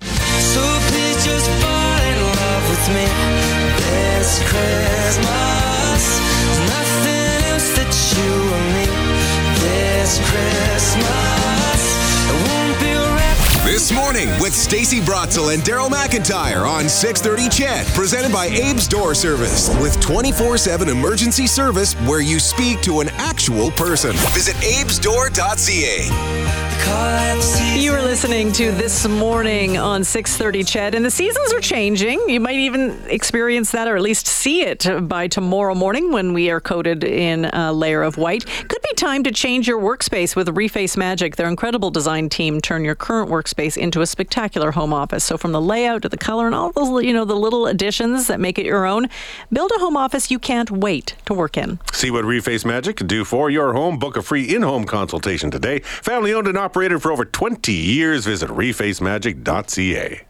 So please just fall in love with me this Christmas. Nothing else that you will need this Christmas. It won't be wrapped. This morning with Stacy Bratzel and Daryl McIntyre on 630 Chat, presented by Abe's Door Service, with 24-7 emergency service where you speak to an actual person. Visit abesdoor.ca. Call out the season. You are listening to This Morning on 6:30 Chad and the seasons are changing. You might even experience that or at least see it by tomorrow morning when we are coated in a layer of white. Could be time to change your workspace with Reface Magic. Their incredible design team turn your current workspace into a spectacular home office. So from the layout to the color and all those you know the little additions that make it your own, build a home office you can't wait to work in. See what Reface Magic can do for your home. Book a free in-home consultation today. Family owned and operated for over 20 years. Visit refacemagic.ca.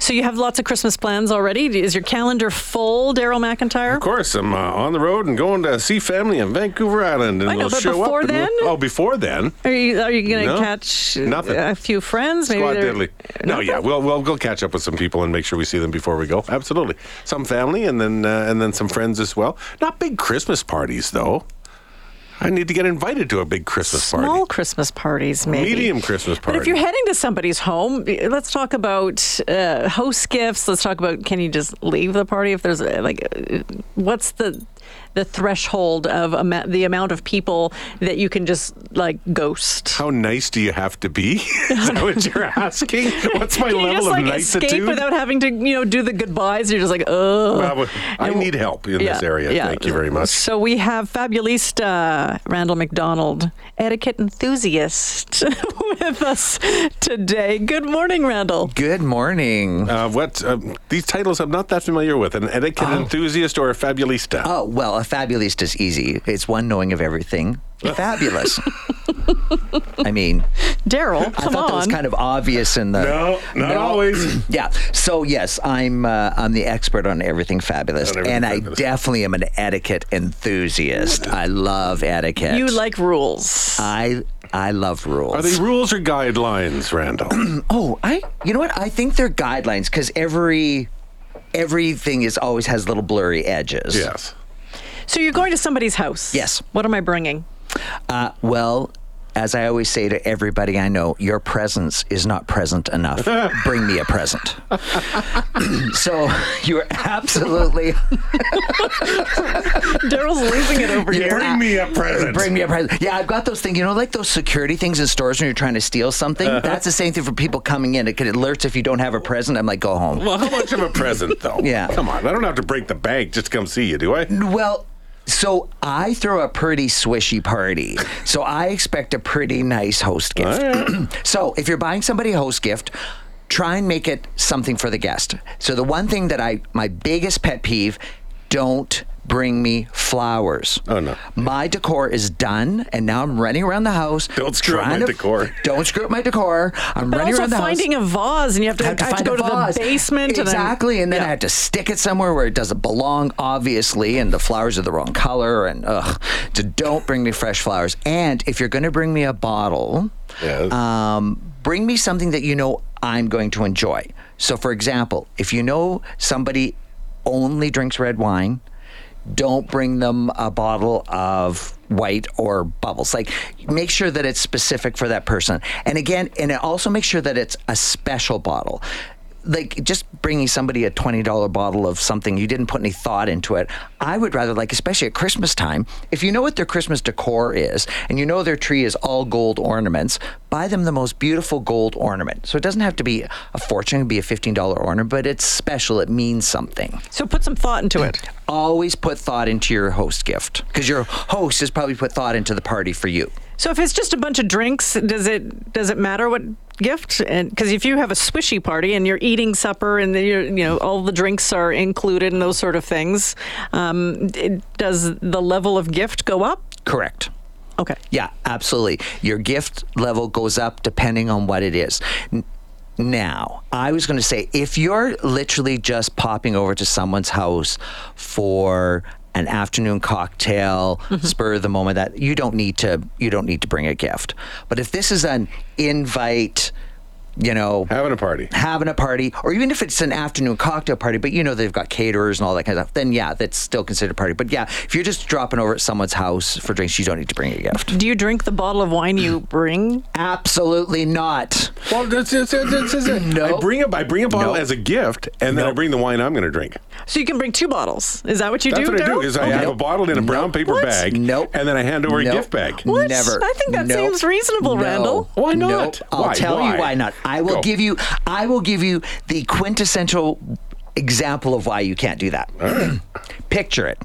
So you have lots of Christmas plans already. Is your calendar full, Daryl McIntyre? Of course, I'm uh, on the road and going to see family on Vancouver Island, and I know, we'll but show before up. and then? we'll- oh, before then, Are you are you going to No, catch nothing. a few friends? Squad they're- Diddly. No, yeah, we'll, we'll we'll catch up with some people and make sure we see them before we go. Absolutely, some family and then uh, and then some friends as well. Not big Christmas parties though. I need to get invited to a big Christmas Small party. Christmas parties, maybe. Medium Christmas But if you're party. heading to somebody's home, let's talk about uh, host gifts. Let's talk about can you just leave the party if there's uh, like, uh, what's the the threshold of ama- the amount of people that you can just like ghost? How nice do you have to be? Is that what you're asking? What's my can level you just of like escape nicitude? Uh, without having to you know do the goodbyes? You're just like oh. Well, I And- need help in this area. Thank you very much. So we have fabulista Randall McDonald, etiquette enthusiast, with us today. Good morning, Randall. Good morning. Uh, what uh, these titles I'm not that familiar with. An Oh. etiquette enthusiast or a fabulista? Uh, oh, well, a fabulist is easy. It's one knowing of everything. Fabulous. I mean, Daryl, I come on. thought that was kind of obvious in the. No, not always. Yeah. So yes, I'm uh, I'm the expert on everything fabulous, On everything and fabulous. I definitely am an etiquette enthusiast. I love etiquette. you like rules. I I love rules. Are they rules or guidelines, Randall? Oh, I. You know what? I think they're guidelines because every everything is always has little blurry edges. yes. so you're going to somebody's house. Yes. What am I bringing? Uh, well, as I always say to everybody I know, your presence is not present enough. Bring me a present. so you're absolutely Daryl's losing it over here. Bring me a present. bring me a present. Yeah, I've got those things. You know, like those security things in stores when you're trying to steal something. That's the same thing for people coming in. It could alerts if you don't have a present. I'm like, go home. Well, how much of a present, though? Yeah. Come on, I don't have to break the bank just to come see you, do I? Well, so I throw a pretty swishy party. So I expect a pretty nice host gift. so if you're buying somebody a host gift, try and make it something for the guest. So the one thing that I my biggest pet peeve, don't bring me flowers. Oh, no. My decor is done and now I'm running around the house. Don't screw up trying my decor. Don't screw up my decor. I'm But running also around the house. finding a vase, and you have to, I have to I have find to go a to vase. the basement. Exactly, and, And then yeah. I have to stick it somewhere where it doesn't belong, obviously, and the flowers are the wrong color. And ugh, so don't bring me fresh flowers. And if you're going to bring me a bottle, Yes. um, bring me something that you know I'm going to enjoy. So, for example, if you know somebody only drinks red wine. Don't bring them a bottle of white or bubbles. Like, make sure that it's specific for that person. And again, and also make sure that it's a special bottle. Like, just bringing somebody a $20 bottle of something, you didn't put any thought into it. I would rather, like, especially at Christmas time, if you know what their Christmas decor is and you know their tree is all gold ornaments, buy them the most beautiful gold ornament. So it doesn't have to be a fortune, it could be a $15 ornament, but it's special, it means something So put some thought into it. always put thought into your host gift because your host has probably put thought into the party for you. So if it's just a bunch of drinks, does it does it matter what gift? Because if you have a swishy party and you're eating supper and then you're, you know all the drinks are included and those sort of things, um, it, does the level of gift go up? Correct. Okay. Yeah, absolutely. Your gift level goes up depending on what it is. N- Now, I was going to say if you're literally just popping over to someone's house for an afternoon cocktail, spur of the moment that you don't need to you don't need to bring a gift. But if this is an invite you know, Having a party. having a party, or even if it's an afternoon cocktail party, but you know they've got caterers and all that kind of stuff, then yeah, that's still considered a party. But yeah, if you're just dropping over at someone's house for drinks, you don't need to bring a gift. Do you drink the bottle of wine you bring? Absolutely not. Well, that's, that's, that's, that's it. No. I bring a, I bring a bottle No. as a gift, and then I bring the wine I'm going to drink. So you can bring two bottles. Is that what you That's do? what I do. Daryl? Oh, Is I have a bottle in a brown paper What? bag, Nope. and then I hand over Nope. a gift bag. What? Never. I think that Nope. seems reasonable, No. Randall. Why not? Nope. I'll Why? tell Why? you why not. I will Go. give you. I will give you the quintessential example of why you can't do that. Picture it.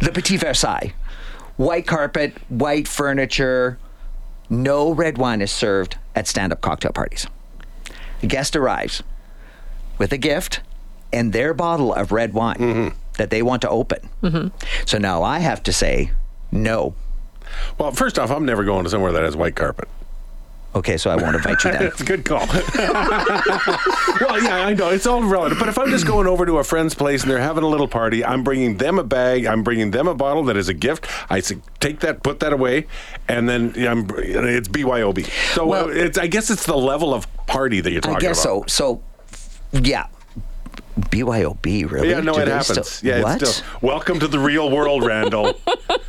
the Petit Versailles, white carpet, white furniture. No red wine is served at stand-up cocktail parties. A guest arrives with a gift and their bottle of red wine Mm-hmm. that they want to open. Mm-hmm. So now I have to say no. Well, first off, I'm never going to somewhere that has white carpet. Okay, so I won't invite you then. That's a good call. well, yeah, I know it's all relative. But if I'm just going over to a friend's place and they're having a little party, I'm bringing them a bag. I'm bringing them a bottle that is a gift. I say, take that, put that away, and then yeah, I'm, it's BYOB. So Well- uh, it's, I guess it's the level of party that you're talking I about. guess so. So, yeah. BYOB, really? Yeah, no, Do it they happens. still- yeah, what? it's still. Welcome to the real world, Randall.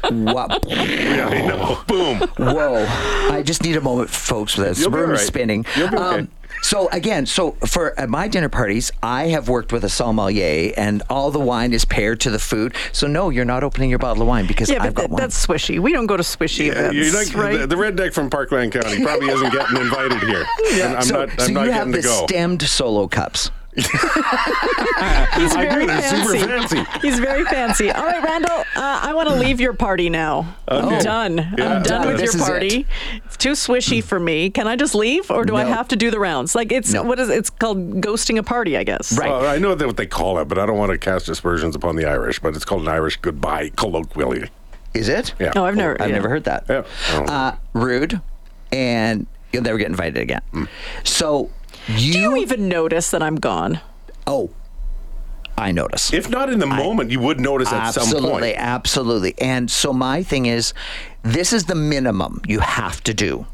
what? yeah, I know. Boom. Whoa. I just need a moment, folks, with this You'll be room all is right. spinning. Um, You'll be okay. so, again, so for at my dinner parties, I have worked with a sommelier, and all the wine is paired to the food. So, no, you're not opening your bottle of wine because Yeah, but I've got that- one. that's swishy. We don't go to swishy Yeah, events, you're like, right? the, the redneck from Parkland County probably isn't getting invited here. And I'm so, not. I'm so not you getting have to the go. stemmed solo cups. He's I do, very they're fancy. super fancy. He's very fancy. All right, Randall, uh, I want to leave your party now. I'm done. Yeah. I'm done Done. with Uh, This your is it. party. It's too swishy for me. Can I just leave, or do I No. have to do the rounds? Like it's No. what is it's called ghosting a party, I guess. Right. Well, I know that what they call it, but I don't want to cast aspersions upon the Irish. But it's called an Irish goodbye colloquially. Is it? Yeah. No, Oh, I've never. I've yeah. never heard that. Yeah. Uh, rude, and you'll never get invited again. Hmm. So you, Do you even notice that I'm gone? oh, I notice. If not in the moment, you would notice at absolutely, some point. absolutely. And so my thing is, this is the minimum you have to do.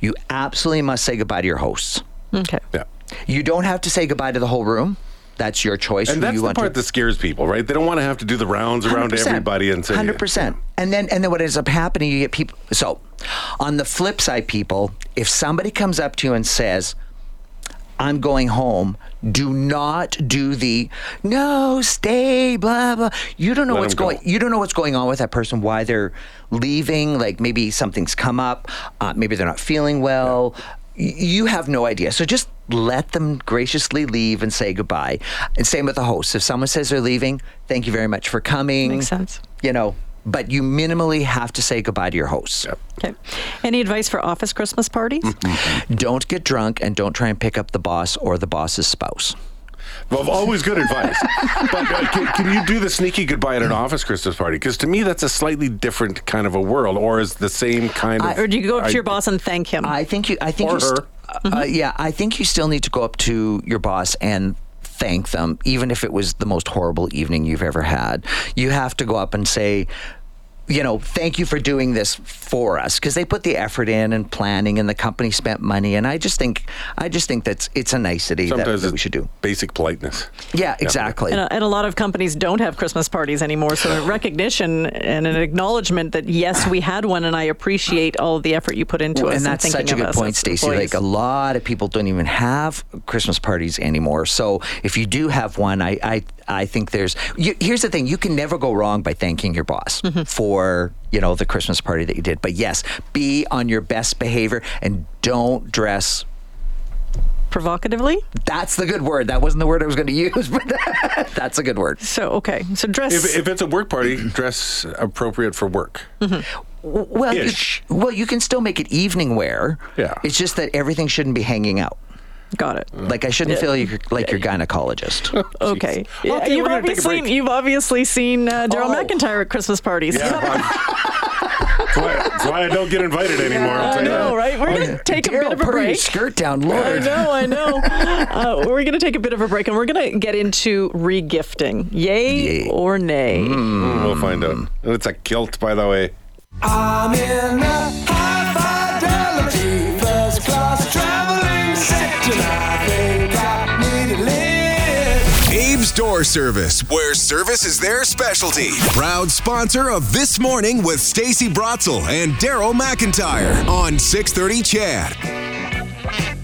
You absolutely must say goodbye to your hosts. Okay. Yeah. You don't have to say goodbye to the whole room. That's your choice. And who that's you the want to. part that scares people, right? They don't want to have to do the rounds around 100%, everybody and say, 100%. And then and then what ends up happening you get people so on the flip side people if somebody comes up to you and says I'm going home do not do the no stay blah blah you don't know Let what's 'em go. going you don't know what's going on with that person why they're leaving like maybe something's come up uh, maybe they're not feeling well Y- you have no idea so just let them graciously leave and say goodbye and same with the host if someone says they're leaving thank you very much for coming Makes sense. you know but you minimally have to say goodbye to your hosts Okay. Any advice for office Christmas parties? don't get drunk and don't try and pick up the boss or the boss's spouse Well, always good advice. but uh, can, can you do the sneaky goodbye at an office Christmas party? Because to me, that's a slightly different kind of a world, or is the same kind of. or do you go up to I- your boss and thank him? I think you. I think Or you st- her. Mm-hmm. uh, yeah, I think you still need to go up to your boss and thank them, even if it was the most horrible evening you've ever had. You have to go up and say. You know, thank you for doing this for us because they put the effort in and planning, and the company spent money. And I just think, I just think that's it's a nicety that, Sometimes that it's we should do. basic politeness. Yeah, exactly. And a, and a lot of companies don't have Christmas parties anymore. So a recognition and an acknowledgement that yes, we had one, and I appreciate all of the effort you put into Well, us. and that's thinking such a of good us point, as Stacey. employees. Like a lot of people don't even have Christmas parties anymore. So if you do have one, I I, I think there's. You, here's the thing: you can never go wrong by thanking your boss Mm-hmm. for you know the Christmas party that you did. But yes, be on your best behavior and don't dress. provocatively. That's the good word. That wasn't the word I was going to use, but that's a good word. So okay, so dress. If, if it's a work party, dress appropriate for work. W- Well, you, Ish. well, you can still make it evening wear. Yeah. It's just that everything shouldn't be hanging out. got it. Like I shouldn't feel you like your gynecologist. Oh, Okay. Yeah, Okay, you've, we're gonna take a obviously, break. you've obviously seen uh, Daryl Oh. McIntyre at Christmas parties. Yeah. I'm- That's why, that's why I don't get invited anymore. I'll I tell you that. Oh, know, right? We're going to take a bit Daryl, of a put your break. skirt down, I Lord. know, I know. Uh, we're going to take a bit of a break and we're going to get into regifting. Yay, Yay. or nay? Mm, We'll find out. It's a kilt, by the way. I'm in a high fidelity, first class traveling. tonight, babe. I need to live. Abe's Door Service, where service is their specialty. Proud sponsor of This Morning with Stacy Bratzel and Daryl McIntyre on 630 Chad.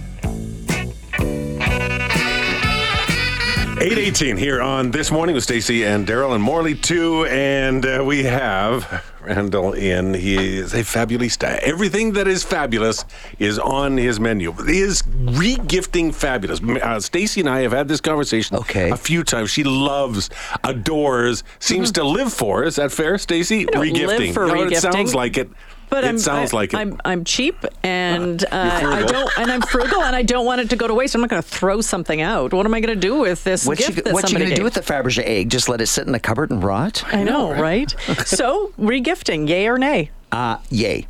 Eight eighteen here on this morning with Stacy and Daryl and Morley too, and uh, we have Randall in. He is a fabulista. Everything that is fabulous is on his menu. He is regifting fabulous. Uh, Stacy and I have had this conversation Okay. a few times. She loves, adores, seems to live for. Is that fair, Stacy? Mm-hmm. don't live Regifting. for No, It regifting, sounds like it. But it I'm, sounds I, like it. I'm I'm cheap and uh, You're I frugal. don't and I'm frugal and I don't want it to go to waste. I'm not going to throw something out. What am I going to do with this What's gift you, that what you somebody going to do gave? with the Fabergé egg? Just let it sit in the cupboard and rot? I know, right? so regifting, yay or nay? Uh, yay.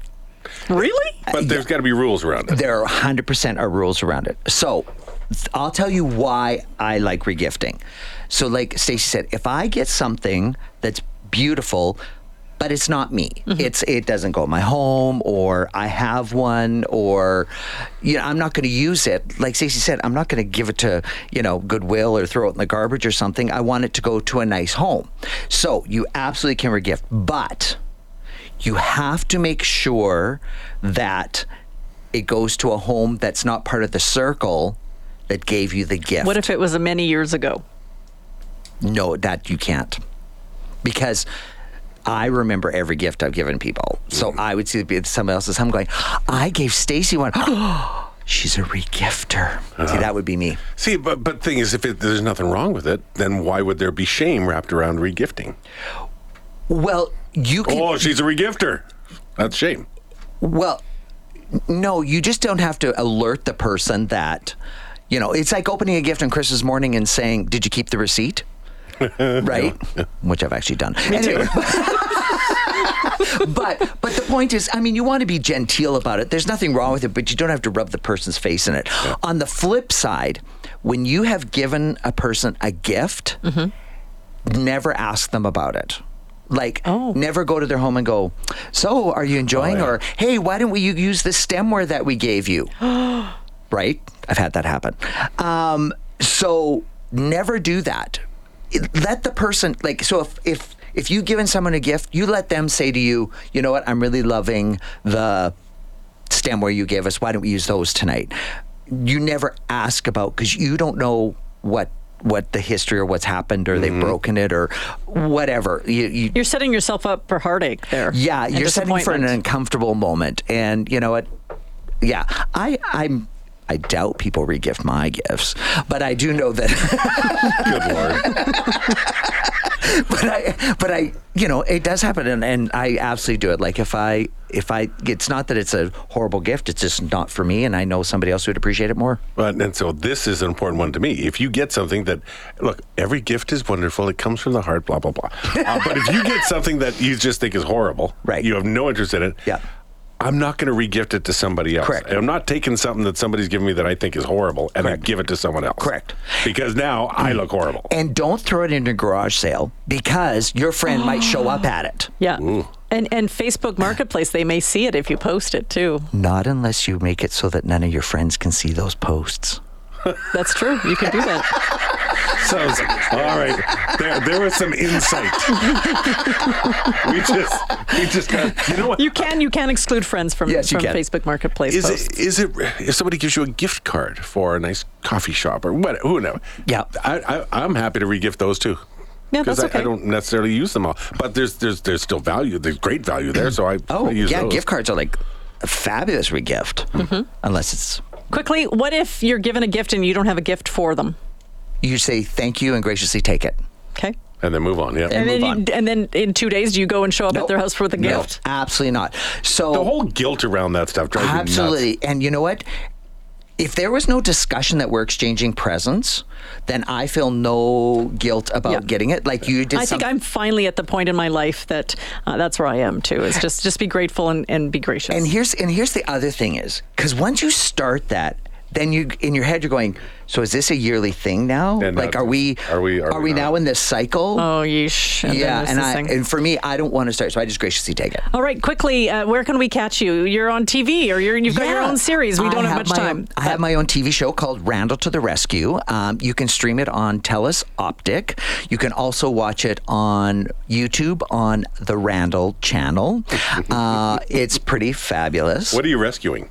Really? but there's got to be rules around it. There are 100% are rules around it. So th- I'll tell you why I like regifting. So, like Stacey said, if I get something that's beautiful, but it's not me. It's it doesn't go in my home, or I have one, or you know I'm not going to use it. Like Stacey said, I'm not going to give it to you know Goodwill or throw it in the garbage or something. I want it to go to a nice home. So you absolutely can regift, but you have to make sure that it goes to a home that's not part of the circle that gave you the gift. What if it was a many years ago? no, that you can't. Because I remember every gift I've given people. So I would see it be at somebody else's home going, I gave Stacy one. She's a regifter. See, that would be me. See, but but thing is, if it, there's nothing wrong with it, then why would there be shame wrapped around regifting? Well, you can. Oh, she's a regifter. That's shame. Well, n- no, you just don't have to alert the person that, you know, it's like opening a gift on Christmas morning and saying, Did you keep the receipt? right? Which I've actually done. Anyway. but but the point is, I mean, you want to be genteel about it. There's nothing wrong with it, but you don't have to rub the person's face in it. On the flip side, when you have given a person a gift, never ask them about it. Like, never go to their home and go, So, are you enjoying? Or, Hey, why didn't we u- use the stemware that we gave you? right? I've had that happen. Um, so, never do that. It- Let the person, like, so if, if, if you've given someone a gift, you let them say to you, you know what, I'm really loving the stemware you gave us. Why don't we use those tonight? You never ask about because you don't know what what the history or what's happened or they've broken it or whatever. You, you, You're setting yourself up for heartache there. yeah, and you're setting for an disappointment. uncomfortable moment, and you know what? Yeah, I I'm. I doubt people regift my gifts, but I do know that. Good lord. but I, but I, you know, it does happen, and, and I absolutely do it. Like if I, if I, it's not that it's a horrible gift; it's just not for me, and I know somebody else would appreciate it more. But and so this is an important one to me. If you get something that, look, every gift is wonderful. It comes from the heart. Blah blah blah. Uh, but if you get something that you just think is horrible, Right. You have no interest in it. Yeah. I'm not going to regift it to somebody else. Correct. I'm not taking something that somebody's given me that I think is horrible and Correct. I give it to someone else. Correct. Because now I look horrible. And don't throw it in a garage sale because your friend might show up at it. Yeah. And and Facebook Marketplace, they may see it if you post it too. Not unless you make it so that none of your friends can see those posts. That's true. You can do that. So, all right, there, there was some insight. we just, we just got. You know what? You can you can exclude friends from Yes, you from can. Facebook Marketplace. Is posts. it, is it if somebody gives you a gift card for a nice coffee shop or what? Who knows? Yeah. I, I, I'm happy to regift those too. Yeah, that's I, I okay. don't necessarily use them all, but there's there's there's still value. There's great value there, so I Oh, I use yeah. those. Gift cards are like a fabulous regift, Mm-hmm. unless it's Quickly, what if you're given a gift and you don't have a gift for them? you say thank you and graciously take it. Okay. and then move on. Yeah, And move then, on. you, and then in two days, do you go and show up Nope. at their house for the No, gift? absolutely not. So the whole guilt around that stuff drives me nuts. absolutely, and you know what? If there was no discussion that we're exchanging presents, then I feel no guilt about Yeah. getting it. Like you did. I think some- I'm finally at the point in my life that uh, that's where I am too. Is just just be grateful and, and be gracious. And here's and here's the other thing is because once you start that, then you in your head you're going, so is this a yearly thing now? And like, not- are we are we- are we now not? in this cycle? Oh, yeesh. then yeah, there's and this I thing. and for me, I don't want to start, so I just graciously take it. All right, quickly, uh, where can we catch you? You're on TV or you're, you've got your Yeah. own series. We I don't have, much my time. own- I have my own TV show called Randall to the Rescue. Um, you can stream it on Telus Optic. You can also watch it on YouTube on the Randall channel. Uh, it's pretty fabulous. What are you rescuing?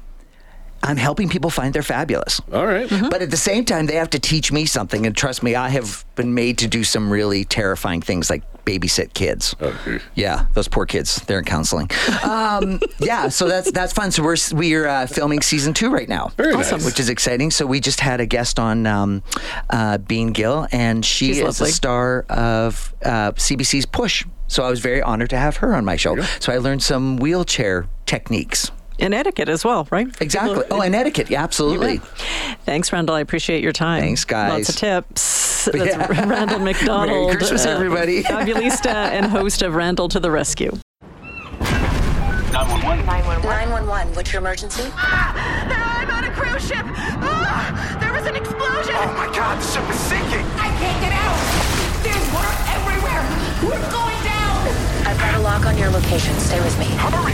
I'm helping people find their fabulous. All right. But at the same time, they have to teach me something. And trust me, I have been made to do some really terrifying things like babysit kids. Okay. Yeah, those poor kids. They're in counseling. Um, yeah, so that's that's fun. So we're s- we're uh, filming season two right now. Very Awesome. nice. Which is exciting. So we just had a guest on um, uh, Bean Gill, and she She's is lovely. a star of uh, CBC's Push. So I was very honored to have her on my show. So I learned some wheelchair techniques. And etiquette as well, right? Exactly. Oh, and etiquette. Yeah, absolutely. Thanks, Randall. I appreciate your time. Thanks, guys. Lots of tips. That's Yeah. Randall McDonald. Uh, Christmas, everybody. fabulista and host of Randall to the Rescue. 911, what's your emergency? I'm on a cruise ship. Ah, there was an explosion. Oh my god, the ship is sinking! I can't get out. There's water everywhere. We're going down. I've got a lock on your location. Stay with me. Hurry!